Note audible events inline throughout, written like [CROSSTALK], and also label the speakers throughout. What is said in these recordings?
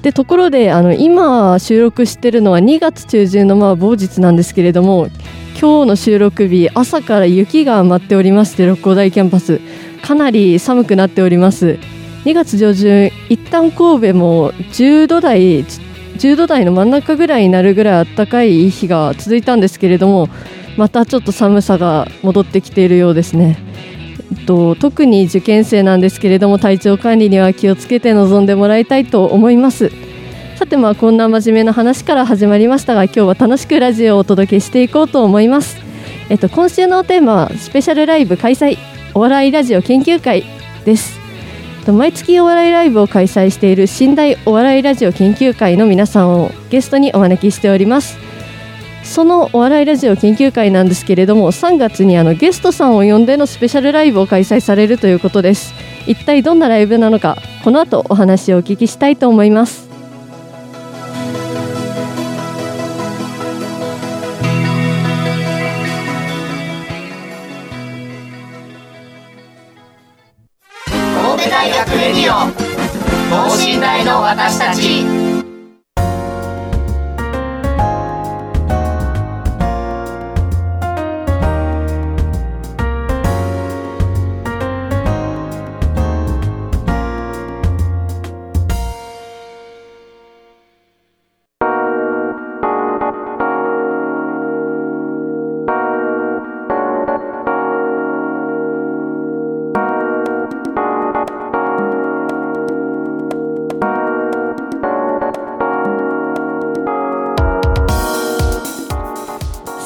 Speaker 1: でところであの今収録してるのは2月中旬のまあ某日なんですけれども今日の収録日朝から雪が舞っておりまして六甲台キャンパスかなり寒くなっております2月上旬一旦神戸も10度台10度台の真ん中ぐらいになるぐらい暖かい日が続いたんですけれどもまたちょっと寒さが戻ってきているようですねえっと、特に受験生なんですけれども体調管理には気をつけて臨んでもらいたいと思いますさてまあこんな真面目な話から始まりましたが今日は楽しくラジオをお届けしていこうと思いますえっと今週のテーマはスペシャルライブ開催お笑いラジオ研究会ですえっと毎月お笑いライブを開催している新大お笑いラジオ研究会の皆さんをゲストにお招きしておりますそのお笑いラジオ研究会なんですけれども3月にあのゲストさんを呼んでのスペシャルライブを開催されるということです一体どんなライブなのかこの後お話をお聞きしたいと思います
Speaker 2: 神戸大学レディオ等身大の私たち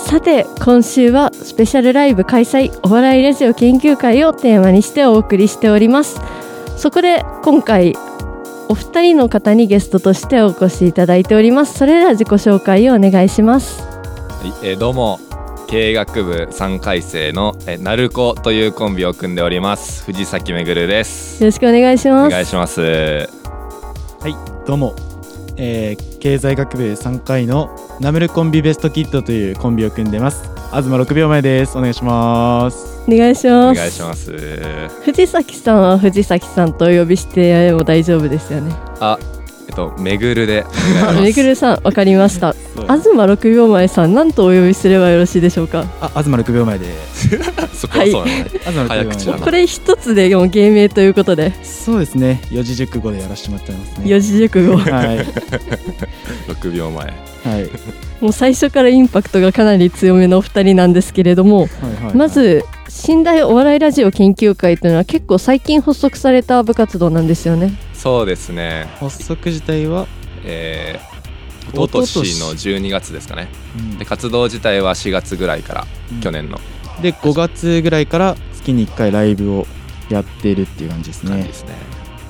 Speaker 1: さて今週はスペシャルライブ開催お笑いラジオ研究会をテーマにしてお送りしておりますそこで今回お二人の方にゲストとしてお越しいただいておりますそれでは自己紹介をお願いします
Speaker 3: はい、えーどうも経営学部3回生のえーナルコというコンビを組んでおります藤崎めぐるです
Speaker 1: よろしくお願いし
Speaker 3: お
Speaker 1: ます
Speaker 3: 願いします
Speaker 4: はい、どうも、えー経済学部3回のナムルコンビベストキッドというコンビを組んでます。東6秒前です。お願いします。
Speaker 1: お願いし
Speaker 3: お
Speaker 1: ます
Speaker 3: 願いします
Speaker 1: 藤崎さんは藤崎さんとお呼びしても大丈夫ですよね
Speaker 3: あえっとめぐるでお願
Speaker 1: め
Speaker 3: いし
Speaker 1: ぐるさんわかりました
Speaker 4: そう
Speaker 1: 東六秒前さん何とお呼びすればよろしいでしょうか
Speaker 4: あ、東6秒前です。
Speaker 3: ます [LAUGHS] そこはそうなのね
Speaker 4: 東6秒前
Speaker 3: 早口だな
Speaker 1: これ一つでもう芸名ということで
Speaker 4: そうですね。四字熟語でやらせてもらってますね。
Speaker 1: 四字熟語
Speaker 4: はい、
Speaker 3: 6秒前
Speaker 4: はい、はい、
Speaker 1: もう最初からインパクトがかなり強めのお二人なんですけれども
Speaker 4: はい。
Speaker 1: ま、ず新大お笑いラジオ研究会というのは結構最近発足された部活動なんですよね
Speaker 3: そうですね
Speaker 4: 発足自体は、
Speaker 3: えー一昨年の12月ですかね
Speaker 4: うん
Speaker 3: で活動自体は4月ぐらいから、去。年の
Speaker 4: うんで、5月ぐらいから月に1回ライブをやっているっていう感じです
Speaker 3: 感じ
Speaker 4: ね
Speaker 3: で。すね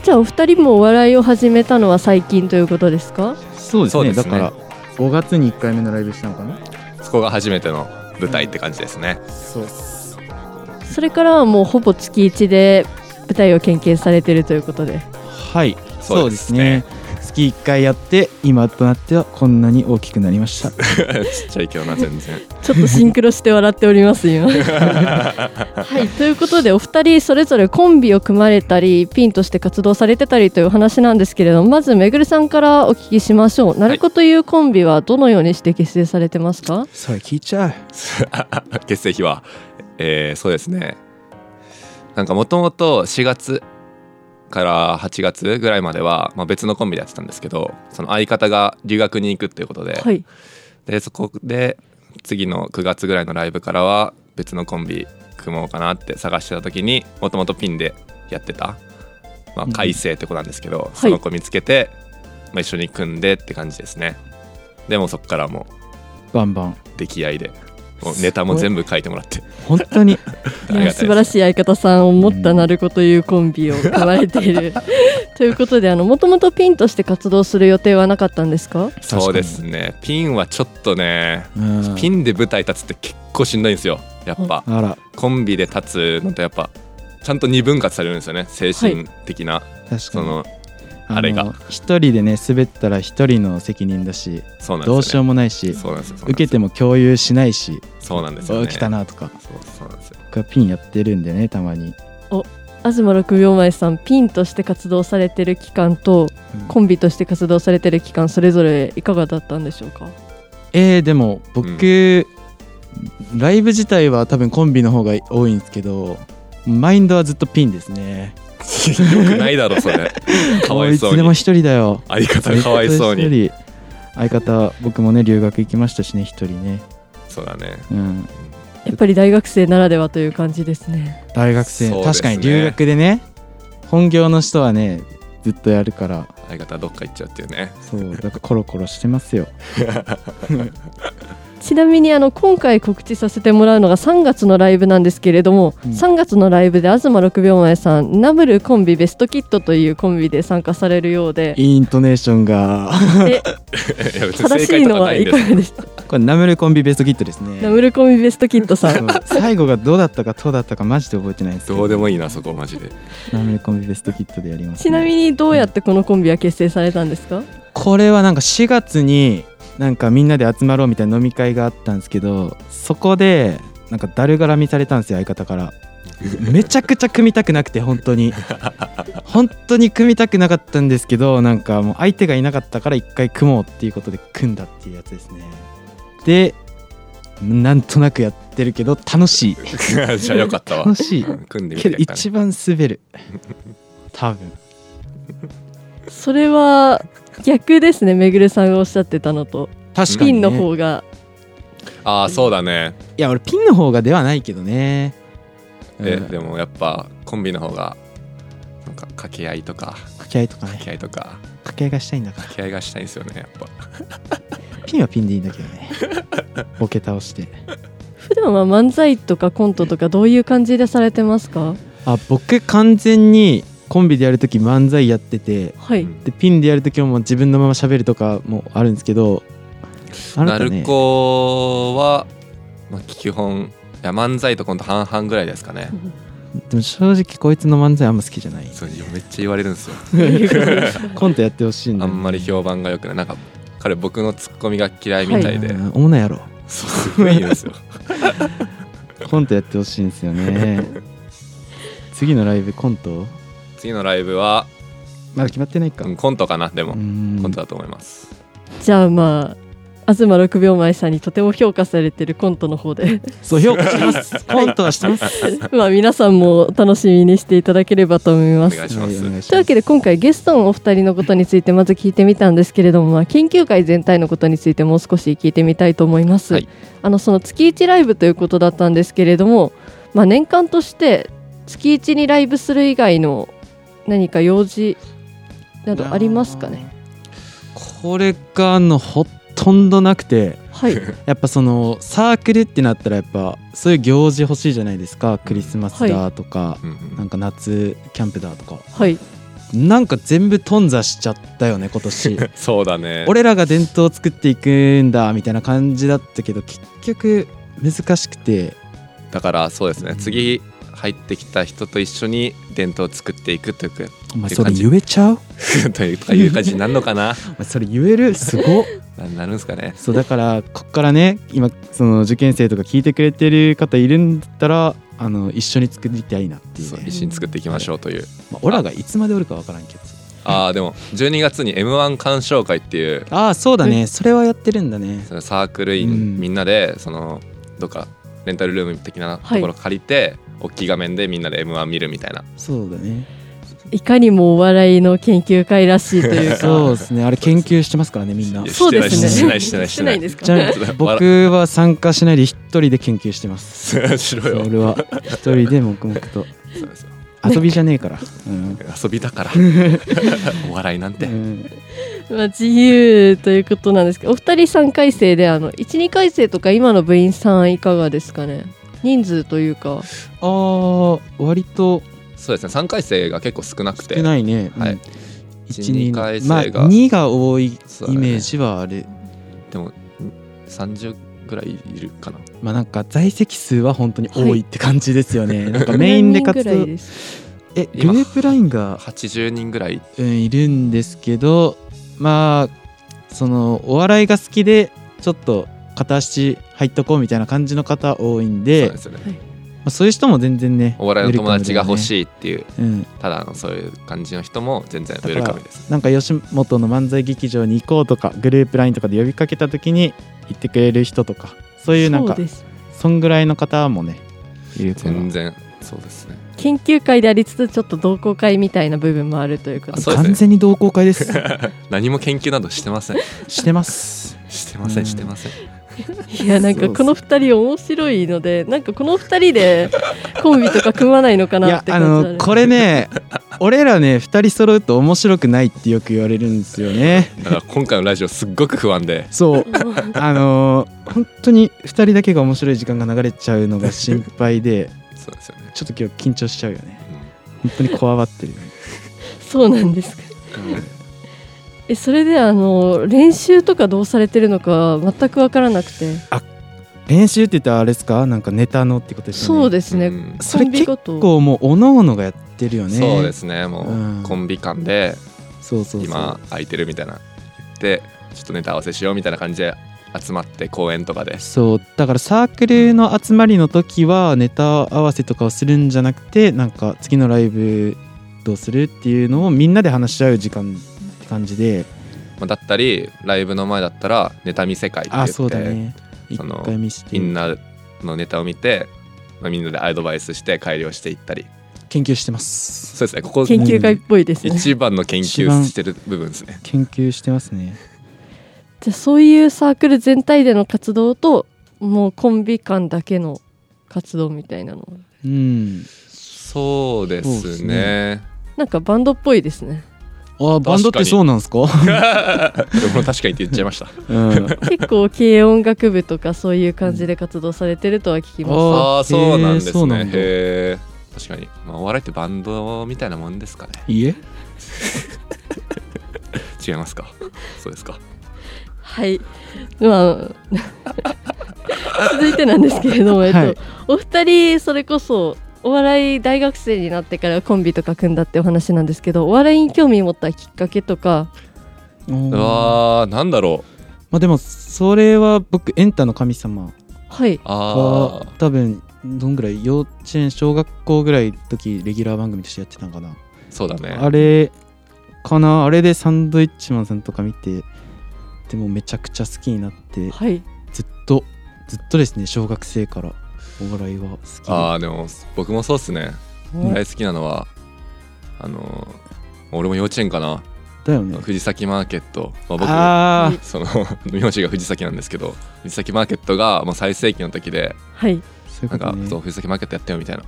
Speaker 1: じゃあお二人もお笑いを始めたのは最近ということですか
Speaker 4: そうです
Speaker 3: そう
Speaker 4: ね。
Speaker 3: です
Speaker 4: だ
Speaker 3: ね
Speaker 4: から、5月に1回目のライブしたのかな。
Speaker 3: そこが初めての舞台って感じですね
Speaker 4: そう。
Speaker 1: それからはもうほぼ月1で舞台を研究されてるということで
Speaker 4: はい、
Speaker 3: そ
Speaker 4: そうう
Speaker 3: で
Speaker 4: ですす
Speaker 3: ね
Speaker 4: ね。月1回やって今となってはこんなに大きくなりまし
Speaker 3: [LAUGHS]
Speaker 4: た
Speaker 3: ちっちゃいけどな全然
Speaker 1: ちょっとシンクロして笑っております
Speaker 3: [LAUGHS]
Speaker 1: 今はいということでお二人それぞれコンビを組まれたりピンとして活動されてたりというお話なんですけれどもまずめぐるさんからお聞きしましょう鳴子というコンビはどのようにして結成されてますか、
Speaker 4: それ聞いちゃう
Speaker 3: [LAUGHS] 結成日は、えーそうですねなんかもともと4月から8月ぐらいまでは、まあ、別のコンビでやってたんですけどその相方が留学に行くっていうことで,、
Speaker 1: はい
Speaker 3: でそこで次の9月ぐらいのライブからは別のコンビ組もうかなって探してた時にもともとピンでやってた、まあ、改正って子なんですけど、
Speaker 1: い
Speaker 3: その子見つけて、まあ、一緒に組んでって感じですねでもそこからも
Speaker 4: バンバン
Speaker 3: う出来合いでもうネタも全部書いてもらって
Speaker 4: 本
Speaker 3: [LAUGHS]
Speaker 4: 当に
Speaker 3: あり
Speaker 1: いや
Speaker 3: がた
Speaker 1: 素
Speaker 3: い
Speaker 1: 晴
Speaker 3: で
Speaker 1: ら
Speaker 3: す
Speaker 1: しい相方さんを持った鳴子というコンビを組まれてい
Speaker 3: [LAUGHS]
Speaker 1: るということでもともとピンとして活動する予定はなかったんですか
Speaker 3: そうですねピンはちょっとね
Speaker 4: うん
Speaker 3: ピンで舞台立つって結構しんどいんですよやっぱ
Speaker 4: あら
Speaker 3: コンビで立つのとやっぱちゃんと二分割されるんですよね精神的な、
Speaker 4: 確か
Speaker 3: そ
Speaker 4: に
Speaker 3: の
Speaker 4: の
Speaker 3: あれが
Speaker 4: 一人でね滑ったら一人の責任だし
Speaker 3: そうなんですよ、ね、
Speaker 4: どうしようもないし
Speaker 3: そうなんですよそうなん
Speaker 4: 受
Speaker 3: です
Speaker 4: けても共有しないし
Speaker 3: そうなんですよ、ね、
Speaker 4: 起きたなとか
Speaker 3: そうそうなんですよ
Speaker 4: 僕はピンやってるんでねたまに
Speaker 1: 東6秒前さんピンとして活動されてる期間と
Speaker 4: うん
Speaker 1: コンビとして活動されてる期間それぞれいかがだったんでしょうか
Speaker 4: えー、でも僕、ライブ自体は多分コンビの方が多いんですけどマインドはずっとピンですね
Speaker 3: よくないだろそ
Speaker 4: [LAUGHS]
Speaker 3: れかわい
Speaker 4: も
Speaker 3: そうう
Speaker 4: つでも
Speaker 3: に
Speaker 4: 一人だよ
Speaker 3: 相方 [LAUGHS] かわいそうに
Speaker 4: ずっと一人相方僕もね留学行きましたしね一人ね
Speaker 3: そうだね
Speaker 4: うん
Speaker 1: やっぱり大学生ならではという感じですね
Speaker 4: 大学生、
Speaker 3: そうですね
Speaker 4: 確かに留学でね本業の人はねずっとやるから
Speaker 3: 相方どっか行っちゃうっていうね
Speaker 4: そうだからコロコロしてますよ
Speaker 1: ちなみにあの今回告知させてもらうのが3月のライブなんですけれども、
Speaker 4: うん
Speaker 1: 3月のライブで東6秒前さんナムルコンビベストキットというコンビで参加されるようで
Speaker 4: イントネーションが [LAUGHS]
Speaker 1: で
Speaker 3: いや別
Speaker 1: 正
Speaker 3: に正
Speaker 1: しい
Speaker 3: 解と
Speaker 1: の
Speaker 3: かな
Speaker 1: はい
Speaker 3: ん
Speaker 1: い
Speaker 3: で
Speaker 1: か
Speaker 3: す
Speaker 1: がでした
Speaker 4: これナムルコンビベストキットです
Speaker 1: ナ
Speaker 4: ね
Speaker 1: ムルコンビベストキットさん
Speaker 4: そう最後がどうだったかどうだったかマジで覚えてないんですけど
Speaker 3: どうでもいいなそこマジで [LAUGHS]
Speaker 4: ナムルコンビベストキットでやります、ね、
Speaker 1: ちなみにどうやってこのコンビは結成されたんですか
Speaker 4: これはなんか4月になんかみんなで集まろうみたいな飲み会があったんですけどそこでなんかだるがらみされたんですよ相方からめちゃくちゃ組みたくなくて本 [LAUGHS] 当に本当に組みたくなかったんですけどなんかもう相手がいなかったから一回組もうっていうことで組んだっていうやつですねでなんとなくやってるけど楽しい
Speaker 3: じゃあよかったわ
Speaker 4: 楽しい
Speaker 3: うん組んでみ
Speaker 4: け
Speaker 3: て
Speaker 4: ど
Speaker 3: やったね
Speaker 4: 一番滑る多分
Speaker 1: それは逆ですねめぐるさんがおっしゃってたのと
Speaker 4: 確
Speaker 1: ピンの方が
Speaker 3: ああそうだね
Speaker 4: いや俺ピンの方がではないけどね
Speaker 3: え
Speaker 4: うん
Speaker 3: でもやっぱコンビの方がなんか掛け合いとか
Speaker 4: 掛け合いとかね
Speaker 3: 掛け合いとか
Speaker 4: 掛け合いがしたいんだから
Speaker 3: 掛け合いがしたいんですよねやっぱ
Speaker 4: ピンはピンでいいんだけどねボケ倒して
Speaker 1: 普段は漫才とかコントとかどういう感じでされてますか
Speaker 4: あ僕完全にコンビでやるとき漫才やってて
Speaker 1: は
Speaker 3: う
Speaker 1: い
Speaker 3: ん
Speaker 4: でピンでやるときももう自分のまま喋るとかもあるんですけどあ
Speaker 3: な
Speaker 4: なた
Speaker 3: る
Speaker 4: ね
Speaker 3: こは、まあ、基本いや漫才とコント半々ぐらいですかね、
Speaker 4: でも正直こいつの漫才あんま好きじゃない
Speaker 3: そうめっちゃ言われるんですよ
Speaker 4: コントやってほしいんだ
Speaker 3: あ
Speaker 4: よね
Speaker 3: んまり評判が良くないなんか彼僕のツッコミが嫌いみたいで、
Speaker 4: うん女やろ
Speaker 3: そうすごい言うん
Speaker 4: [LAUGHS]
Speaker 3: ですよ
Speaker 4: コントやってほしいんですよね
Speaker 3: [LAUGHS]
Speaker 4: 次のライブコント
Speaker 3: 次のライブは、
Speaker 4: まだ決まってないか
Speaker 3: うんコントかなでも、
Speaker 4: うん
Speaker 3: コントだと思います
Speaker 1: じゃあまあ東6秒前さんにとても評価されてるコントの方
Speaker 3: [LAUGHS]
Speaker 1: で
Speaker 4: そう評価してますコントはしてます
Speaker 1: まあ皆さんも楽しみにしていただければ [LAUGHS] と思い
Speaker 3: お
Speaker 1: ます
Speaker 3: 願いします、
Speaker 4: はいお願いし
Speaker 1: というわけで今回ゲストのお二人のことについてまず聞いてみたんですけれども、まあ、研究会全体のことについてもう少し聞いてみたいと思います、
Speaker 3: はい
Speaker 1: あのその月1ライブということだったんですけれども、まあ、年間として月1にライブする以外の何か用事などありますかね
Speaker 4: これがあのほとんどなくて
Speaker 1: はい
Speaker 4: やっぱそのサークルってなったらやっぱそういう行事欲しいじゃないですかクリスマスだとか、
Speaker 3: うんう
Speaker 4: なんんか夏キャンプだとか
Speaker 1: [LAUGHS] はい
Speaker 4: なんか全部頓挫しちゃったよね今年 [LAUGHS]
Speaker 3: そうだね
Speaker 4: 俺らが伝統を作っていくんだみたいな感じだったけど結局難しくて
Speaker 3: だからそうですね次入ってきた人と一緒に伝統を作っていくという [LAUGHS]
Speaker 4: お前
Speaker 3: って
Speaker 4: そ
Speaker 3: 感
Speaker 4: れ
Speaker 3: じ
Speaker 4: 言えちゃう
Speaker 3: というとかいう感じになるのか
Speaker 4: [LAUGHS]
Speaker 3: な
Speaker 4: お前それ言えるすごっ
Speaker 3: ななるんですかね
Speaker 4: そうだからこっからね今その受験生とか聞いてくれてる方いるんだったらあの一緒に作りたいなっていう,、
Speaker 3: そう
Speaker 4: ね
Speaker 3: 一緒に作っていきましょうという
Speaker 4: まあ、オラがいつまでおるかわからんけど
Speaker 3: ああでも12月に m 1鑑賞会っていう
Speaker 4: ああそうだねそれはやってるんだね
Speaker 3: そのサークル
Speaker 4: うん
Speaker 3: 員みんなでそのどっかレンタルルーム的なところ借りて、大きい画面でみんなで m 1見るみたいな
Speaker 4: そうだね
Speaker 1: いかにもお笑いの研究会らしいというか
Speaker 4: そうですねあれ研究してますからねみんない
Speaker 3: や
Speaker 1: そうですね
Speaker 3: してないしてない
Speaker 1: し
Speaker 3: してて
Speaker 1: な
Speaker 3: ないい
Speaker 1: ですか
Speaker 4: じゃあ僕は参加しないで一人で研究してます
Speaker 3: しろよ
Speaker 4: 俺は一人で黙々と
Speaker 3: そうですよ
Speaker 4: 遊びじゃねえから、うん
Speaker 3: 遊びだ
Speaker 4: [LAUGHS]
Speaker 3: からお笑いなんて、
Speaker 4: うん
Speaker 1: まあ、自由ということなんですけどお二人3回生であの12回生とか今の部員さんいかがですかね人数というか
Speaker 4: あー割と
Speaker 3: そうですね3回生が結構少なくて
Speaker 4: 少ないね、
Speaker 3: はい
Speaker 4: うん
Speaker 3: 一
Speaker 4: 一二
Speaker 3: 二回
Speaker 4: まあ
Speaker 3: 生が
Speaker 4: 2が多いイ
Speaker 3: そうだね
Speaker 4: メージはある、
Speaker 3: でも30ぐらいいるかな
Speaker 4: まあなんか在籍数は本当に多
Speaker 1: はい
Speaker 4: いって感じですよね、なんかメインで活
Speaker 1: 何人ぐら
Speaker 4: 動
Speaker 1: いです
Speaker 4: えグル
Speaker 3: 今
Speaker 4: ープラインが、
Speaker 3: 80人ぐらい
Speaker 4: うん、いるんですけどまあそのお笑いが好きでちょっと片足入っとこうみたいな感じの方多いん
Speaker 3: そう
Speaker 4: で
Speaker 3: なんですよね
Speaker 4: まあ、そういう人も全然ね
Speaker 3: お笑いの友達が欲しいっていう
Speaker 4: い、うん、
Speaker 3: ただのそういう感じの人も全然ウェルカムです
Speaker 4: なんか吉本の漫才劇場に行こうとかグループラインとかで呼びかけた時に行ってくれる人とかそういうなん
Speaker 1: そう
Speaker 4: か
Speaker 1: です
Speaker 4: そんぐらいの方もねいるから
Speaker 3: 全然そうですね
Speaker 1: 研究会でありつつちょっと同好会みたいな部分もあるということ
Speaker 3: あ
Speaker 1: で
Speaker 3: そうですね
Speaker 4: 完全に同好会です
Speaker 3: 何も研究などしてま
Speaker 4: [LAUGHS]
Speaker 3: せん
Speaker 4: してます
Speaker 3: してませ
Speaker 4: う
Speaker 3: ん
Speaker 4: ん
Speaker 3: してません
Speaker 1: いやなんかこの二人面白いのでなんかこの二人でコンビとか組まないのか
Speaker 4: い
Speaker 1: なっ
Speaker 4: や
Speaker 1: て
Speaker 4: あ
Speaker 1: 感じなん
Speaker 4: の
Speaker 1: です
Speaker 4: これね [LAUGHS] 俺らね2人揃うと面白くないってよく言われるんですよね
Speaker 3: だから今回のラジオすっごく不安で
Speaker 4: そうあのー本当に2人だけが面白い時間が流れちゃうのが心配で
Speaker 3: そうですよね、
Speaker 4: ちょっと今日緊張しちゃうよね
Speaker 3: うん
Speaker 4: 本当にこわばってるよね
Speaker 1: そうなんですかえそれであの練習とかどうされてるのか全く分からなくて
Speaker 4: 練習って言ったらあれですかなんかネタのってことですよね
Speaker 1: そうですね、
Speaker 3: うん
Speaker 4: そ
Speaker 1: コ
Speaker 4: れ
Speaker 1: ンビ
Speaker 4: 結
Speaker 1: ごと
Speaker 4: 構もうおのおのがやってるよね
Speaker 3: そうですねもう、
Speaker 4: うん
Speaker 3: コンビ間で
Speaker 4: そうそうそう
Speaker 3: 今空いてるみたいな言ってちょっとネタ合わせしようみたいな感じで集まって公園とかで
Speaker 4: そうだからサークルの集まりの時はネタ合わせとかをするんじゃなくてなんか次のライブどうするっていうのをみんなで話し合う時間って感じで
Speaker 3: まあだったりライブの前だったらネタ見せ会って言
Speaker 4: あ
Speaker 3: って
Speaker 4: そうだね一
Speaker 3: その
Speaker 4: 回見して
Speaker 3: みんなのネタを見て、まあ、みんなでアドバイスして改良していったり
Speaker 4: 研究してます
Speaker 3: そうですねここ
Speaker 1: 研究会っぽいですねじ
Speaker 3: 一番の研
Speaker 4: 一番
Speaker 3: 究してる部分ですね
Speaker 4: 研究してますね
Speaker 1: ゃあそういうサークル全体での活動ともうコンビ間だけの活動みたいなの
Speaker 4: うん
Speaker 3: そうで
Speaker 4: そうです
Speaker 3: すね
Speaker 1: なんかバンドっぽいですね
Speaker 4: あバンドっ
Speaker 3: 確か
Speaker 4: て
Speaker 3: に
Speaker 4: そうなん
Speaker 3: [LAUGHS]
Speaker 4: ですか
Speaker 3: でも確かにって言っちゃいま
Speaker 4: [LAUGHS]
Speaker 3: した
Speaker 4: うん
Speaker 1: 結構軽音楽部とかそういう感じで活動されてるとは聞きます、
Speaker 4: あ
Speaker 3: ああそうなんです
Speaker 4: へーそう
Speaker 3: ね
Speaker 4: なんだ
Speaker 3: へえ確かに、まあ、お笑いってバンドみたいなもんですかね
Speaker 4: いえ
Speaker 3: 違いますかそうですか
Speaker 1: はいまあ [LAUGHS] 続いてなんですけれども、えっと
Speaker 4: はい
Speaker 1: お二人それこそお笑い大学生になってからコンビとか組んだってお話なんですけどお笑いに興味持ったきっかけとか
Speaker 4: お
Speaker 3: う
Speaker 4: ー
Speaker 3: わーなんだろう
Speaker 4: まあでもそれは僕エンタの神様
Speaker 1: はい
Speaker 3: あ
Speaker 4: は多分どんぐらい幼稚園小学校ぐらいの時レギュラー番組としてやってたんかな、
Speaker 3: あそうだね
Speaker 4: あれかなあれでサンドイッチマンさんとか見てでもめちゃくちゃ好きになって
Speaker 1: はい
Speaker 4: ずっとずっとですね小学生からお笑いは好きで
Speaker 3: あーでも僕もそうっすね
Speaker 4: うん
Speaker 3: 大好きなのはあのー俺も幼稚園かな
Speaker 4: だよね
Speaker 3: 藤崎マーケット、まあ、
Speaker 4: あ
Speaker 3: 僕その [LAUGHS] 名字が藤崎なんですけど藤崎マーケットがもう最盛期の時で
Speaker 1: はい
Speaker 4: あそうい
Speaker 3: な
Speaker 4: うんこと
Speaker 3: か
Speaker 4: ね
Speaker 3: そう藤崎マーケットやってよみたいな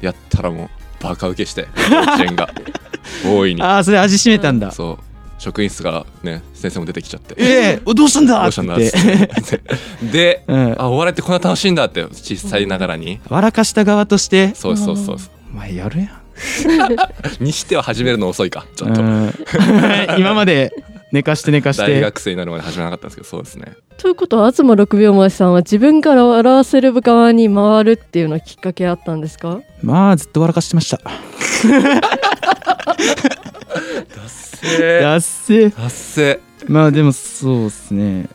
Speaker 3: やったらもうバカウケして幼稚園が [LAUGHS] 大いに
Speaker 4: あーそれ味しめたんだ
Speaker 3: そう職員室からね先生も出てきちゃって
Speaker 4: ええおどうしたんだ
Speaker 3: どうしたんだ
Speaker 4: って言って
Speaker 3: [LAUGHS] で
Speaker 4: うん
Speaker 3: あお笑いってこんな楽しいんだって小さいながらに
Speaker 4: 笑かした側として
Speaker 3: そうそうそうそ
Speaker 4: お前やるやん
Speaker 3: うにしては始めるの遅いかちょっと
Speaker 4: うん [LAUGHS] 今まで寝かして寝かし
Speaker 3: 大
Speaker 4: て
Speaker 3: 学生になるまで始まらなかったんですけどそうですね
Speaker 1: ということは東六秒前さんは自分から笑わせる側に回るっていうのはきっかけあったんですか
Speaker 4: まあずっと笑かしてました
Speaker 3: 達
Speaker 4: やっせ
Speaker 3: 成
Speaker 4: まあでもそうですね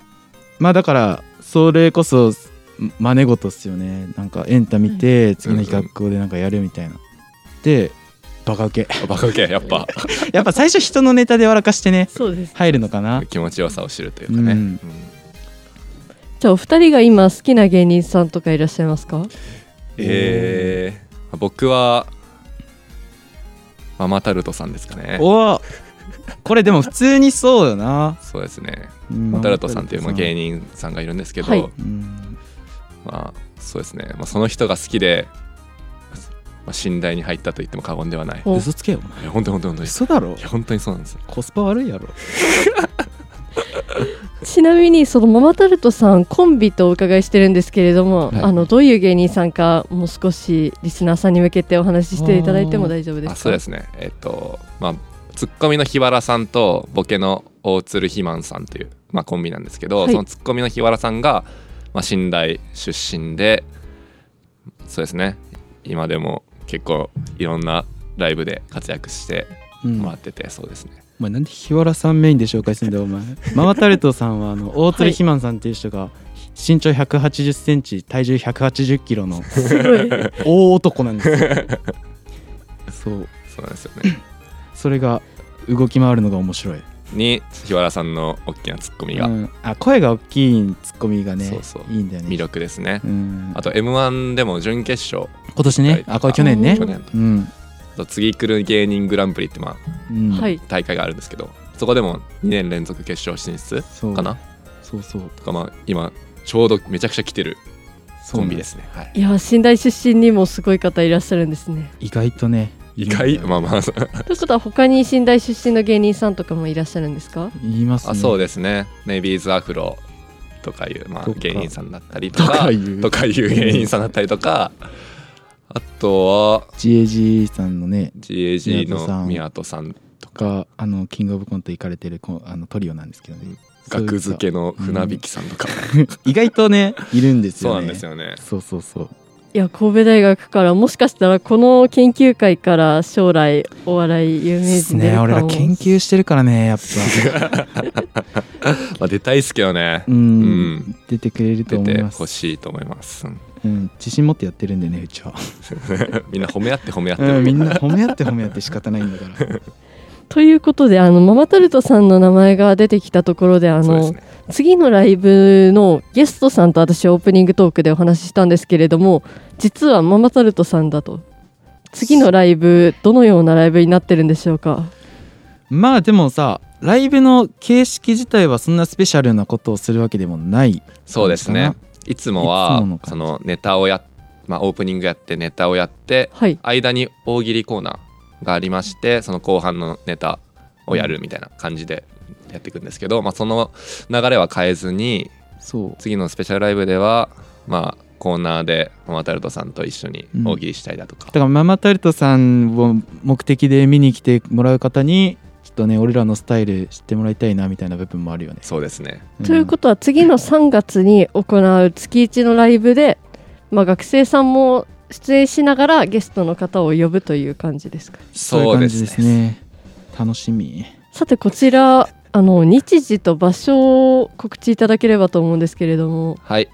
Speaker 4: まあだからそれこそ真似事っすよねなんかエンタ見て、次の日学校でなんかやるみたいな、でバカ受け
Speaker 3: バカウケやっぱ
Speaker 4: やっぱ最初人のネタで笑かしてね
Speaker 1: そうです
Speaker 4: 入るのかな
Speaker 3: 気持ちよさを知るというかね、
Speaker 4: うん
Speaker 3: うん
Speaker 1: じゃあお二人が今好きな芸人さんとかいらっしゃいますか
Speaker 3: えー、僕はママタルトさんですかね
Speaker 4: おおこれでも普通にそうよな
Speaker 3: そうですね
Speaker 4: マ
Speaker 3: マタルトさんっていうまあ芸
Speaker 4: 人
Speaker 3: 人さんがいるんですけど、
Speaker 1: はい
Speaker 3: まあそうですね、まあ、その人が好きで、まあ、寝台に入ったと言っても過言ではない
Speaker 1: お
Speaker 4: 嘘つけよお前
Speaker 3: いや本当に本当に本当に
Speaker 4: 嘘だろ
Speaker 3: いや本当にそうなんですよ
Speaker 4: コスパ悪いやろ
Speaker 1: ちなみにそのママタルトさんコンビとお伺いしてるんですけれども、
Speaker 3: はい
Speaker 1: あのどういう芸人さんかもう少しリスナーさんに向けてお話ししていただいても大丈夫ですか
Speaker 3: あそうですねえっとまあツッコミの日原さんとボケの大鶴ひまんさんという、まあ、コンビなんですけど、
Speaker 1: はい
Speaker 3: そのツッコミの日原さんが、まあ、寝台出身でそうですね今でも結構いろんなライブで活躍して
Speaker 4: うん
Speaker 3: もらってて、そうですね
Speaker 4: お前なんで日原さんメインで紹介するんだよお前ママタルトさんはあの大
Speaker 1: は
Speaker 4: 鶴
Speaker 1: い
Speaker 4: ひまんさんっていう人が
Speaker 3: [LAUGHS]
Speaker 4: 身長1 8 0ンチ体重1 8 0キロの大男なんですよ [LAUGHS] そう
Speaker 3: そうなんですよ
Speaker 4: [COUGHS]
Speaker 3: ね
Speaker 4: それが動き回るのが面白い、
Speaker 3: に日原さんの大きなツッコミ
Speaker 4: う
Speaker 3: が
Speaker 4: んあ声が大きいツッコミがね
Speaker 3: そうそう
Speaker 4: いいんだよね
Speaker 3: 魅力ですね、
Speaker 4: うん
Speaker 3: あと m 1でも準決勝
Speaker 4: 今年ねあこれ去年ね
Speaker 3: 去年
Speaker 4: うん、
Speaker 3: あと次来る芸人グランプリってまあ
Speaker 4: うん、
Speaker 1: はい
Speaker 3: 大会があるんですけどそこでも2年連続決勝進出
Speaker 4: そう
Speaker 3: かな
Speaker 4: そうそう
Speaker 3: とかまあ今ちょうどめちゃくちゃ来てる
Speaker 4: そ
Speaker 3: コ
Speaker 4: うなん
Speaker 3: ンビですね、はい
Speaker 1: いや寝台出身にもすごい方いらっしゃるんです
Speaker 4: [LAUGHS]
Speaker 1: ね
Speaker 4: 意外とね
Speaker 3: 意外まあまあ
Speaker 1: ということは他に寝台出身の芸人さんとかもいらっしゃるんですか
Speaker 4: 言いますね
Speaker 3: あそうですねネイビーズアフロとかいう、まあ、
Speaker 4: とか
Speaker 3: 芸人さんだったりと
Speaker 4: と
Speaker 3: か
Speaker 4: かいう
Speaker 3: とかいう芸人さんだったりとかあとは
Speaker 4: GAG さんのね
Speaker 3: GAG
Speaker 4: 宮戸さ
Speaker 3: の
Speaker 4: ん
Speaker 3: 宮戸さんとか
Speaker 4: があのキングオブコント行かれてるこあのトリオなんですけど
Speaker 3: うん
Speaker 4: ね
Speaker 3: 額付け
Speaker 4: の
Speaker 3: の船引きさんとか、
Speaker 4: 意外とねいるんです
Speaker 3: そう
Speaker 4: よね
Speaker 3: なんですよね
Speaker 4: そうそうそう
Speaker 1: いや神戸大学からもしかしたらこの研究会から将来お笑い有名人出る
Speaker 4: ね
Speaker 1: かも
Speaker 4: 俺ら研究してるからねやっぱ
Speaker 3: まあ、出たいっすけどね
Speaker 4: うん、
Speaker 3: うん
Speaker 4: 出てくれると
Speaker 3: 出
Speaker 4: 思い
Speaker 3: て
Speaker 4: ま
Speaker 3: ほ
Speaker 4: す
Speaker 3: しいと思いますうん [LAUGHS]
Speaker 4: うん、自信持ってやってるんでねうちは、
Speaker 3: みんな褒め合って褒め合って、
Speaker 4: うん、みんな褒め合って褒め合って仕方ないんだから
Speaker 1: ということであのママタルトさんの名前が出てきたところであ
Speaker 3: そうで
Speaker 1: の
Speaker 3: すね
Speaker 1: 次のライブのゲストさんと私はオープニングトークでお話ししたんですけれども実はママタルトさんだと次のライブどのようなライブになってるんでしょうか
Speaker 4: まあでもさライブの形式自体はそんなスペシャルなことをするわけでもない
Speaker 3: そうですね
Speaker 4: 感じ
Speaker 3: いつもはい
Speaker 4: つもの感じ
Speaker 3: そのネタをやっ、まあ、オープニングやってネタをやって
Speaker 1: はい
Speaker 3: 間に大喜利コーナーがありましてその後半のネタをやるみたいな感じでやっていくんですけど、まあ、その流れは変えずに
Speaker 4: そう
Speaker 3: 次のスペシャルライブではまあコーナーでママタルトさんと一緒に大喜利したりだとか
Speaker 4: だ、からママタルトさんを目的で見に来てもらう方にちょっとね俺らのスタイル知ってもらいたいなみたいな部分もあるよね。
Speaker 3: そうですね
Speaker 1: ということは次の3月に行う月1のライブで、まあ、学生さんも出演しながらゲストの方を呼ぶという感じですか
Speaker 4: とそういう感じです
Speaker 3: そう
Speaker 4: ね。楽しみ。
Speaker 1: さてこちらあの日時と場所を告知いただければと思うんですけれども
Speaker 3: はい、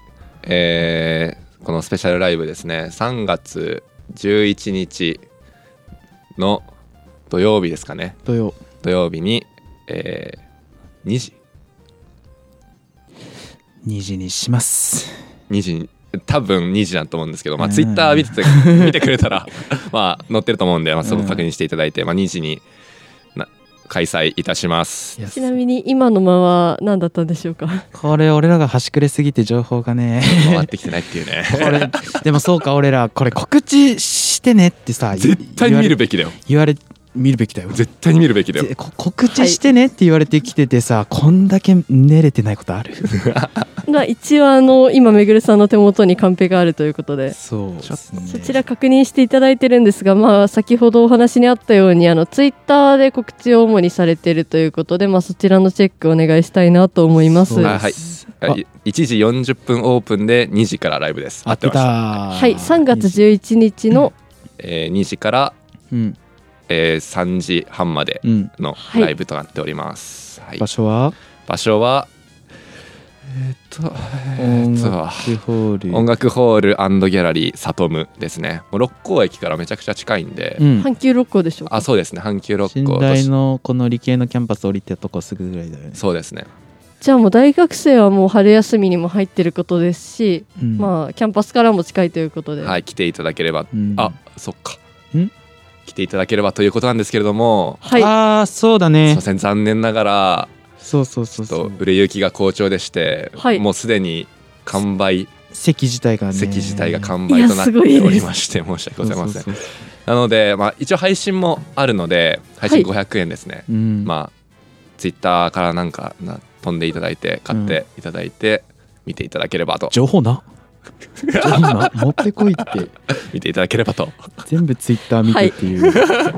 Speaker 3: えーこのスペシャルライブですね3月11日の土曜日ですかね
Speaker 4: 土曜
Speaker 3: 土曜日に、えー2時
Speaker 4: 2時にします。
Speaker 3: 2時に多分2時だと思うんですけど、まあ、
Speaker 4: うん
Speaker 3: ツイッター見てて見てくれた
Speaker 4: [LAUGHS]
Speaker 3: らまあ載ってると思うんで、まあ、そこ確認していただいて、まあ、2時にな開催いたします。
Speaker 1: ちなみに今の間は何だったんでしょうか [LAUGHS]
Speaker 4: これ俺らが端くれすぎて情報が [LAUGHS] ね。
Speaker 3: 回ってきてないっていう
Speaker 4: [LAUGHS]
Speaker 3: ね
Speaker 4: これでもそうか俺らこれ告知してねってさ [LAUGHS]
Speaker 3: 絶対に見るべきだよ
Speaker 4: 言われ見るべきだよ
Speaker 3: 絶対に見るべきだよ
Speaker 4: ぜこ告知してねって言われてきててさ、こんだけ寝れてないことある
Speaker 1: まあ一応あの今めぐるさんの手元にカンペがあるということで
Speaker 4: [LAUGHS] そうですね
Speaker 1: そちら確認していただいてるんですが、まあ、先ほどお話にあったようにあのツイッターで告知を主にされているということで、まあ、そちらのチェックお願いしたいなと思います
Speaker 4: そう
Speaker 3: あ
Speaker 4: で
Speaker 3: はい
Speaker 4: すあ
Speaker 3: 1時40分オープンで2時からライブです
Speaker 4: 合って
Speaker 3: ました
Speaker 4: た
Speaker 1: はい、3月11日の、
Speaker 3: えー2時から、
Speaker 4: うん
Speaker 3: えー3時半まで
Speaker 4: うん
Speaker 3: の
Speaker 1: はい
Speaker 3: ライブとなっております、はい
Speaker 4: 場所は
Speaker 3: 場所はえーっと
Speaker 4: 音
Speaker 3: と
Speaker 4: 楽ホール
Speaker 3: 音楽ホールギャラリーサトムですねもう六甲駅からめちゃくちゃ近いんで、
Speaker 4: うん
Speaker 1: 阪急六甲でしょうか
Speaker 3: あそうですね阪急六
Speaker 4: 信
Speaker 3: 甲
Speaker 4: 大のこの理系のキャンパス降りたとこすぐぐらいだよね
Speaker 3: そうですね
Speaker 1: じゃあもう大学生はもう春休みにも入ってることですし、
Speaker 4: うん
Speaker 1: まあキャンパスからも近いということで、
Speaker 3: はい来ていただければ、
Speaker 4: うん
Speaker 3: あそっか
Speaker 4: ん
Speaker 3: 来ていただければということなんですけれども、
Speaker 1: はい
Speaker 4: ああそうだ
Speaker 3: すい
Speaker 4: ね
Speaker 3: ません残念ながら
Speaker 4: そうそうそう
Speaker 3: ち
Speaker 4: そ
Speaker 3: ょ
Speaker 4: う
Speaker 3: っと売れ行きが好調でして、
Speaker 1: はい
Speaker 3: もうすでに完売
Speaker 4: 席自体がね
Speaker 3: 席自体が完売となってお
Speaker 1: いやすごいで
Speaker 3: り
Speaker 1: す
Speaker 3: まして申し訳ございません
Speaker 4: そうそうそう
Speaker 3: なので、まあ、一応配信もあるので配信500円ですね、
Speaker 4: うん
Speaker 3: まあツイッターからなんかな飛んでいただいて買っていただいて、見ていただければと
Speaker 4: 情報な情報な持ってこい
Speaker 3: [LAUGHS]
Speaker 4: って
Speaker 3: 見ていただければと
Speaker 4: 全部ツイッター見てっていう、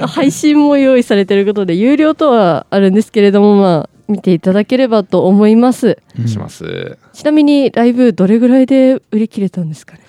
Speaker 1: 配信も用意されてることで有料とはあるんですけれどもまあ見ていただければと思います
Speaker 4: うん
Speaker 3: します、
Speaker 1: ちなみにライブどれぐらいで売り切れたんですかね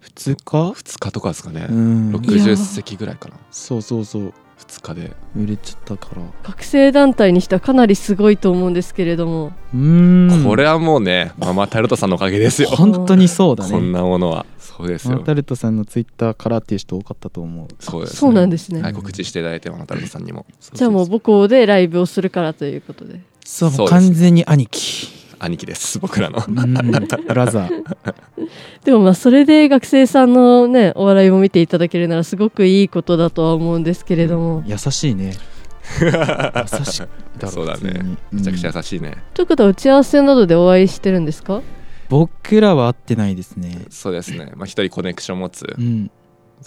Speaker 4: 普通か
Speaker 3: 2日とかですかね、
Speaker 4: うん
Speaker 1: いや
Speaker 3: 60席ぐらいかな
Speaker 4: そうそうそう
Speaker 3: 2日で
Speaker 4: 売れちゃったから
Speaker 1: 学生団体にしてはかなりすごいと思うんですけれども
Speaker 4: うーん
Speaker 3: これはもうねママタルトさんのおかげですよ
Speaker 4: 本当にそうだ
Speaker 3: こん
Speaker 4: ね
Speaker 3: なものはそうです
Speaker 4: マ
Speaker 3: よ
Speaker 4: タルトさんのツイッターからっていう人多かったと思う
Speaker 3: そうです、ね、
Speaker 1: そうなんですね、
Speaker 3: はい、告知していただいてママタルトさんにも
Speaker 1: じゃあもう母校でライブをするからということで
Speaker 4: そう
Speaker 3: そう
Speaker 4: もう
Speaker 3: です
Speaker 4: 完全に兄貴
Speaker 3: 兄貴です僕らの
Speaker 4: うんブラ
Speaker 3: [LAUGHS]
Speaker 4: ザー
Speaker 1: でもまあそれで学生さんのねお笑いも見ていただけるならすごくいいことだとは思うんですけれども、
Speaker 4: 優しいね優しいだろ
Speaker 3: そうだ
Speaker 4: 普通に
Speaker 3: ねめちゃくちゃ
Speaker 4: うん
Speaker 3: 優しいね、
Speaker 1: ということは打ち合わせなどでお会いしてるんですか
Speaker 4: 僕らは会ってないですね
Speaker 3: そうですねまあ一人コネクション持つ
Speaker 4: うん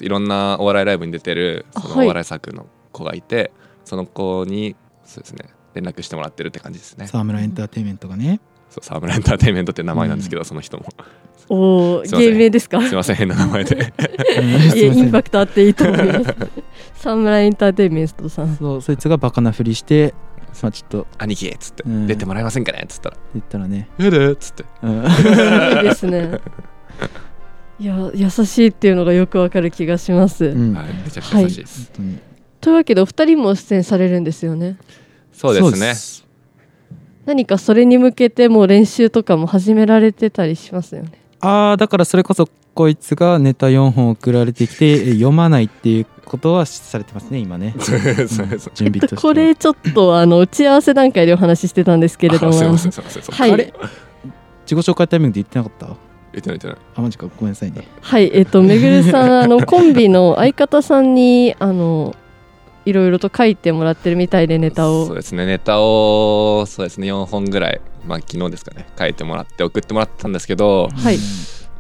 Speaker 3: いろんなお笑いライブに出てる
Speaker 1: あ
Speaker 3: その
Speaker 1: はい
Speaker 3: お笑い作の子がいて、その子にそうですね連絡してもらってるって感じですね。
Speaker 4: 沢村エンターテインメントがね
Speaker 3: そう沢村エンターテインメントって名前なんですけど、その人も [LAUGHS]
Speaker 1: おお
Speaker 3: すいませ
Speaker 1: 芸
Speaker 3: ん
Speaker 1: 名ですか
Speaker 3: すいません変な名前で
Speaker 1: いえインパ
Speaker 4: ク
Speaker 1: クトあっていいと思いますサムライエンターテインメントさん
Speaker 4: そうそいつがバカなふりしてまあちょっと
Speaker 3: 兄貴っつって、
Speaker 4: うん
Speaker 3: 出てもらえませんかねっつったら
Speaker 4: 言ったらね
Speaker 3: 「やだ」っつって
Speaker 4: うん
Speaker 1: いいですねいや優しいっていうのがよくわかる気がします、
Speaker 4: うん
Speaker 3: はい
Speaker 4: 本
Speaker 3: めちゃくちゃ優しいです、
Speaker 4: 当に
Speaker 1: というわけでお二人も出演されるんですよね
Speaker 3: そうですね
Speaker 1: 何かそれに向けてもう練習とかも始められてたりしますよね
Speaker 4: ああだからそれこそこいつがネタ4本送られてきてえ読まないっていうことはされてますね今ね
Speaker 3: そう
Speaker 4: [LAUGHS]
Speaker 3: そう
Speaker 4: 準備としては
Speaker 1: これちょっとあの打ち合わせ段階でお話ししてたんですけれど
Speaker 3: あ
Speaker 1: も
Speaker 3: すいませんすいませんそう
Speaker 1: はい
Speaker 4: あれ自己紹介タイミングで言ってなかった
Speaker 3: 言ってない言って
Speaker 4: あマジかごめんなさいね
Speaker 1: はい、えっ、と、めぐるさん、あ
Speaker 3: [LAUGHS]
Speaker 1: の、コンビの相方さんに、あの、いろいろと書いてもらってるみたいでネ
Speaker 3: ない
Speaker 1: タ
Speaker 3: そう
Speaker 1: を。
Speaker 3: ですねネタをそうですね4本ぐらいまあ昨日ですかね書いてもらって送ってもらったんですけど、
Speaker 1: はい。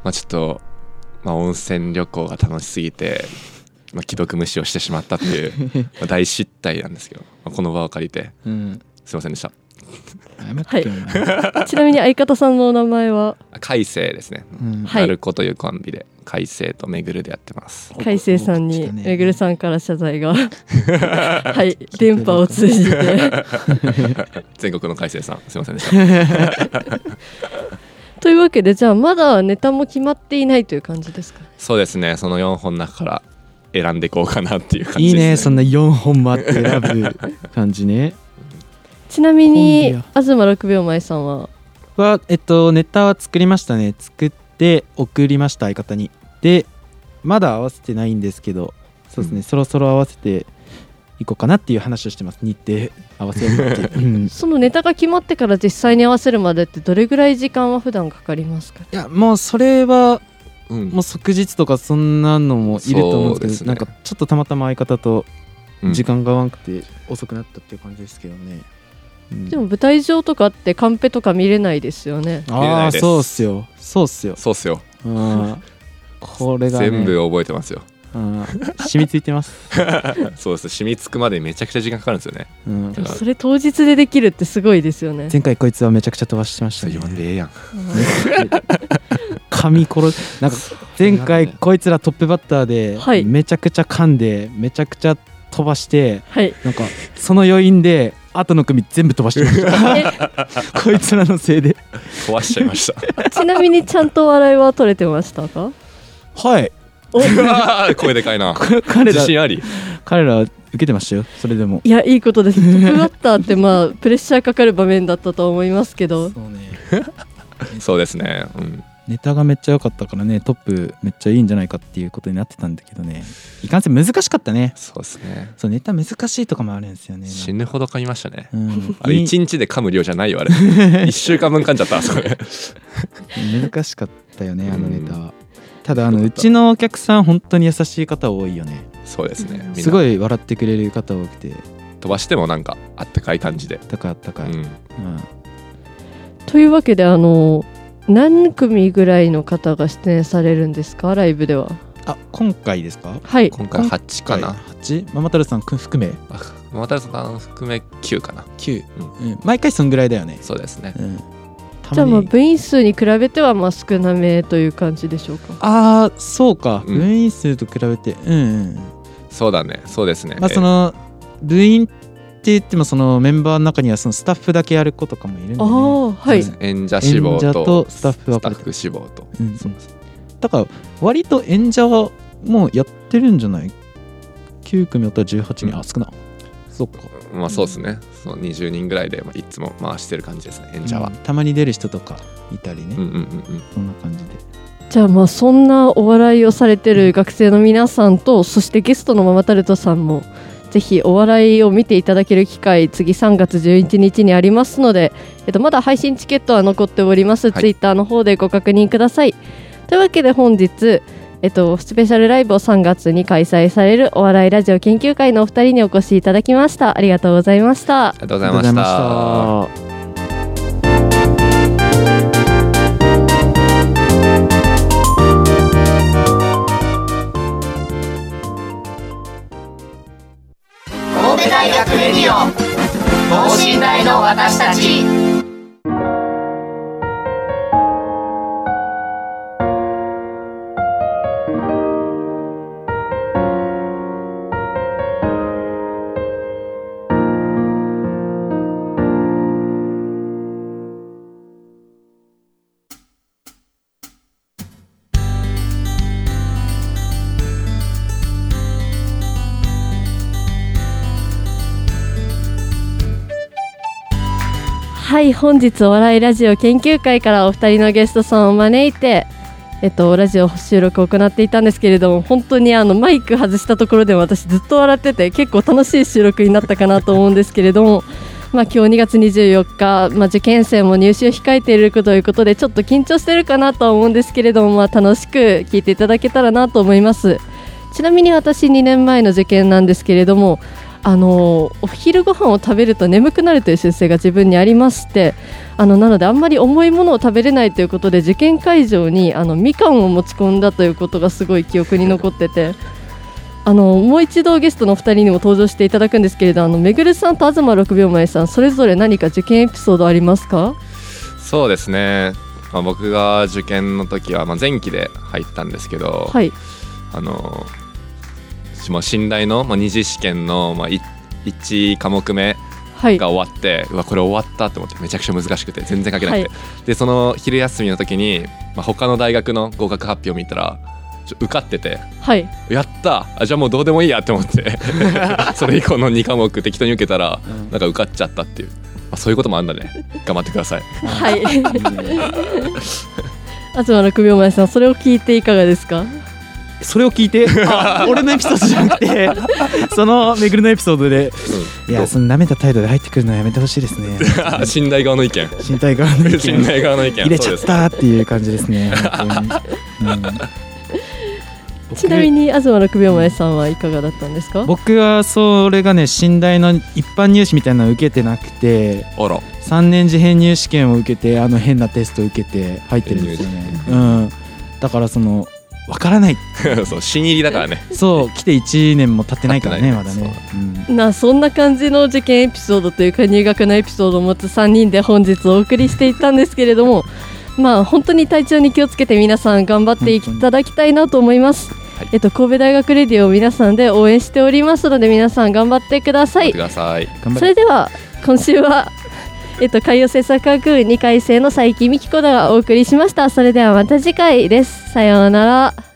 Speaker 3: まあ、ちょっと、まあ、温泉旅行が楽しすぎて、まあ、既読無視をしてしまったという
Speaker 4: [LAUGHS]
Speaker 3: まあ大失態なんですけど、まあ、この場を借りて
Speaker 4: うん
Speaker 3: すいませんでした
Speaker 4: 謝ってよな
Speaker 1: ちなみに相方さんのお名前は、
Speaker 3: あ海星ですね、
Speaker 4: うん [LAUGHS]
Speaker 1: はい
Speaker 3: 鳴子というコンビで海星とめぐるでやってます
Speaker 1: 海星さん
Speaker 4: お
Speaker 1: に、
Speaker 4: 来たね
Speaker 1: めぐるさんから謝罪
Speaker 3: [LAUGHS]
Speaker 1: が。はい、電波を通じ
Speaker 3: [LAUGHS]
Speaker 1: て。
Speaker 3: 全国の海星さんすいませんで
Speaker 4: [LAUGHS]
Speaker 3: した
Speaker 1: というわけで、じゃあ、まだネタも決まっていないという感じですか。
Speaker 3: そうですねその4本の中から選んでいこうかなっていう感
Speaker 4: い
Speaker 3: じ
Speaker 4: い
Speaker 3: で
Speaker 4: ね
Speaker 3: す
Speaker 4: そ
Speaker 3: ね
Speaker 4: んな4本もあって選ぶ感じ [LAUGHS] ね
Speaker 1: ちなみに
Speaker 4: コンビ、
Speaker 1: 東六秒前さんは、
Speaker 4: はえっとネタは作りましたね作って送りました相方にでまだ合わせてないんですけどそうですね、
Speaker 3: うん
Speaker 4: そろそろ合わせていこうかなっていう話をしてます日程合わせよう [LAUGHS] って、うんい
Speaker 1: そのネタが決まってから実際に合わせるまでって、どれぐらい時間は普段かかりますか。
Speaker 4: やもうそれは
Speaker 3: うん
Speaker 4: もう即日とかそんなのもいると思う
Speaker 3: そう
Speaker 4: んですけど
Speaker 3: ですね
Speaker 4: なんかちょっとたまたま相方と
Speaker 3: うん
Speaker 4: 時間が合わなくて遅くなったっていう感じですけどね、うん
Speaker 1: でも、舞台上とかって、カンペとか見れないですよね。
Speaker 3: 見れな
Speaker 4: あ
Speaker 3: い
Speaker 4: あ
Speaker 3: です
Speaker 4: そうっすよそうっすよ
Speaker 3: そうっすよ
Speaker 4: うんこれが、ね、
Speaker 3: 全部覚えてますよ
Speaker 4: うん染みついてます、
Speaker 3: そうです染みつくまでめちゃくちゃ時間かかるんですよね
Speaker 4: うん
Speaker 1: でもそれ当日でできるってすごいですよね
Speaker 4: 前回こいつはめちゃくちゃ飛ばしてまし
Speaker 3: ち
Speaker 4: た
Speaker 3: ょっと読ん
Speaker 4: ね
Speaker 3: でええやん
Speaker 4: 噛み殺すなんか前回こいつらトップバッターで、
Speaker 1: はい
Speaker 4: めちゃくちゃ噛んでめちゃくちゃ飛ばして
Speaker 1: はい
Speaker 4: なんかその余韻で後の組全部飛ばしてまし
Speaker 3: [LAUGHS]
Speaker 1: え
Speaker 4: たこいつらのせいで
Speaker 3: 壊しちゃいま
Speaker 4: [LAUGHS]
Speaker 3: した
Speaker 1: ちなみにちゃんと笑いは取れてましたか
Speaker 4: はい
Speaker 3: うわー声でか
Speaker 4: [LAUGHS]
Speaker 3: いな
Speaker 4: 彼
Speaker 3: 自
Speaker 4: ら
Speaker 3: 信あり
Speaker 4: 彼らは受けてましたよそれでも
Speaker 1: いやいいこと [LAUGHS] ですトップバッターってまあプレッシャーかかる場面だったと思いますけど
Speaker 4: うね
Speaker 3: そうですねうん
Speaker 4: ネタがめっちゃ良かったからねトップめっちゃいいんじゃないかっていうことになってたんだけどねいかんせん難しかったね
Speaker 3: そうですね
Speaker 4: そうネタ難しいとかもあるんですよね
Speaker 3: 死ぬほど噛みましたね
Speaker 4: うん
Speaker 3: [LAUGHS] あれ
Speaker 4: いい
Speaker 3: 1日で噛む量じゃないよあれ1 [LAUGHS] 週間分噛んじゃったあそれ
Speaker 4: 難しかったよねあのネタはただ
Speaker 3: よ
Speaker 4: あ
Speaker 3: かった
Speaker 4: のうちのお客さん本当に優しい方多いよね
Speaker 3: そうですねみんな
Speaker 4: すごい笑ってくれる方多くて
Speaker 3: 飛ばしてもなんかあったかい感じで、
Speaker 4: 高かった
Speaker 3: う
Speaker 4: かい、うん
Speaker 3: ん、
Speaker 1: というわけであの何組ぐらいの方が出演されるんですかライブでは
Speaker 4: あ今回ですか
Speaker 1: はい
Speaker 3: 今回8かな
Speaker 4: 8ママタルさんく含め
Speaker 3: あマタルさん含め9かな
Speaker 4: 9、うん、毎回そんぐらいだよね、
Speaker 3: そうですね
Speaker 4: うん、た
Speaker 1: じゃあま
Speaker 4: ま
Speaker 1: あ
Speaker 4: に
Speaker 1: 部員数に比べてはまあ少なめという感じでしょうか
Speaker 4: ああそうか、
Speaker 3: うん
Speaker 4: 部員数と比べてうん、うん、
Speaker 3: そうだねそうですね、
Speaker 4: まあその部員って言ってもそのメンバーの中にはそのスタッフだけやる子とかもいるんで、ね、
Speaker 1: ああはい
Speaker 4: そうで
Speaker 3: 演者志望
Speaker 4: 演者
Speaker 3: と
Speaker 4: とスタッフ
Speaker 3: ス
Speaker 4: 分
Speaker 3: タッ
Speaker 4: かれ
Speaker 3: フ
Speaker 4: て
Speaker 3: 志望と
Speaker 4: うんそうだから割と演者はもうやってるんじゃない ?9 組あったら18人、
Speaker 3: うん
Speaker 4: あ少なそっか
Speaker 3: まあそうですねその20人ぐらいでまあいつも回してる感じですね演者は
Speaker 4: うん、たまに出る人とかいたり
Speaker 3: うん
Speaker 4: ね、
Speaker 3: うんうん
Speaker 4: そんな感じで
Speaker 1: じゃあまあそんなお笑いをされてる学生の皆さんとそしてゲストのママタルトさんもぜひお笑いを見ていただける機会次3月11日にありますので、えっと、まだ配信チケットは残っております、
Speaker 3: はい
Speaker 1: ツイッターの方でご確認くださいというわけで本日、えっと、スペシャルライブを3月に開催されるお笑いラジオ研究会のお二人にお越しいただきましたありがとうございました
Speaker 3: ありがとうございまし
Speaker 4: ありがとうございま
Speaker 3: た
Speaker 4: した
Speaker 2: 神戸大学レディオ等身大の私たち
Speaker 1: はい本日お笑いラジオ研究会からお二人のゲストさんを招いて、えっと、ラジオ収録を行っていたんですけれども本当にあのマイク外したところでも私ずっと笑ってて結構楽しい収録になったかなと思うんですけれども。 [LAUGHS] まあ、今日2月24日、まあ、受験生も入試を控えているということでちょっと緊張してるかなとは思うんですけれども、まあ、楽しく聞いていただけたらなと思いますちなみに私2年前の受験なんですけれどもあのお昼ご飯を食べると眠くなるという習性が自分にありましてあのなのであんまり重いものを食べれないということで受験会場にあのみかんを持ち込んだということがすごい記憶に残ってて。あのもう一度ゲストのお二人にも登場していただくんですけれどあのめぐるさんと東六秒前さんそれぞれ何か受験エピソードありますか
Speaker 3: そうですね、まあ、僕が受験の時は、まあ、前期で入ったんですけど、
Speaker 1: はい
Speaker 3: あのしまあ信頼の、まあ、二次試験の、まあ、い1科目目
Speaker 1: はい
Speaker 3: が終わって、うわこれ終わったと思ってめちゃくちゃ難しくて全然書けなくて、
Speaker 1: はい
Speaker 3: でその昼休みの時に、まあ、他の大学の合格発表見たらちょ受かってて
Speaker 1: はい
Speaker 3: やったあじゃあもうどうでもいいやって思って
Speaker 1: [LAUGHS]
Speaker 3: それ以降の2科目適当に受けたら
Speaker 4: うん
Speaker 3: なんか受かっちゃったっていう、まあ、そういうこともあんだね頑張ってください
Speaker 1: はい [LAUGHS] 東六秒前さんそれを聞いていかがですか
Speaker 4: それを聞いて
Speaker 3: [LAUGHS]
Speaker 4: あ俺のエピソードじゃなくてそのめぐるのエピソードでいやその舐めた態度で入ってくるのはやめてほしいですね
Speaker 3: あ信頼側の意見
Speaker 4: 身体
Speaker 3: [LAUGHS]
Speaker 4: 側の意
Speaker 3: 信
Speaker 4: 見
Speaker 3: 頼側の意見
Speaker 4: 入れちゃっ
Speaker 3: そうで
Speaker 4: たっていう感じですね本当にうん
Speaker 1: ちなみに東六秒前さんはいかがだったんですか
Speaker 4: 僕はそれがね信頼の一般入試みたいなのを受けてなくて
Speaker 3: すあら
Speaker 4: 3年次編入試験を受けてあの変なテストを受けて入ってるんですよね、うん、だからそのわからない
Speaker 3: そう新入りだからね [LAUGHS]
Speaker 4: そう来て1年も経ってないからね
Speaker 3: 経っ
Speaker 4: ま
Speaker 3: てな
Speaker 4: だ
Speaker 3: い
Speaker 4: ね、
Speaker 1: なそんな感じの受験エピソードというか入学のエピソードを持つ3人で本日お送りしていったんですけれどもまあ本当に体調に気をつけて皆さん頑張っていただきたいなと思います、
Speaker 3: はい
Speaker 1: えっと神戸大学レディオを皆さんで応援しておりますので皆さん頑張ってくださ
Speaker 3: 待っ
Speaker 1: い
Speaker 3: てください
Speaker 4: うん、頑張
Speaker 1: そ
Speaker 4: れ
Speaker 1: れでは今週はえっと海洋政策学部2回生の佐伯美希子がお送りしましたそれではまた次回ですさようなら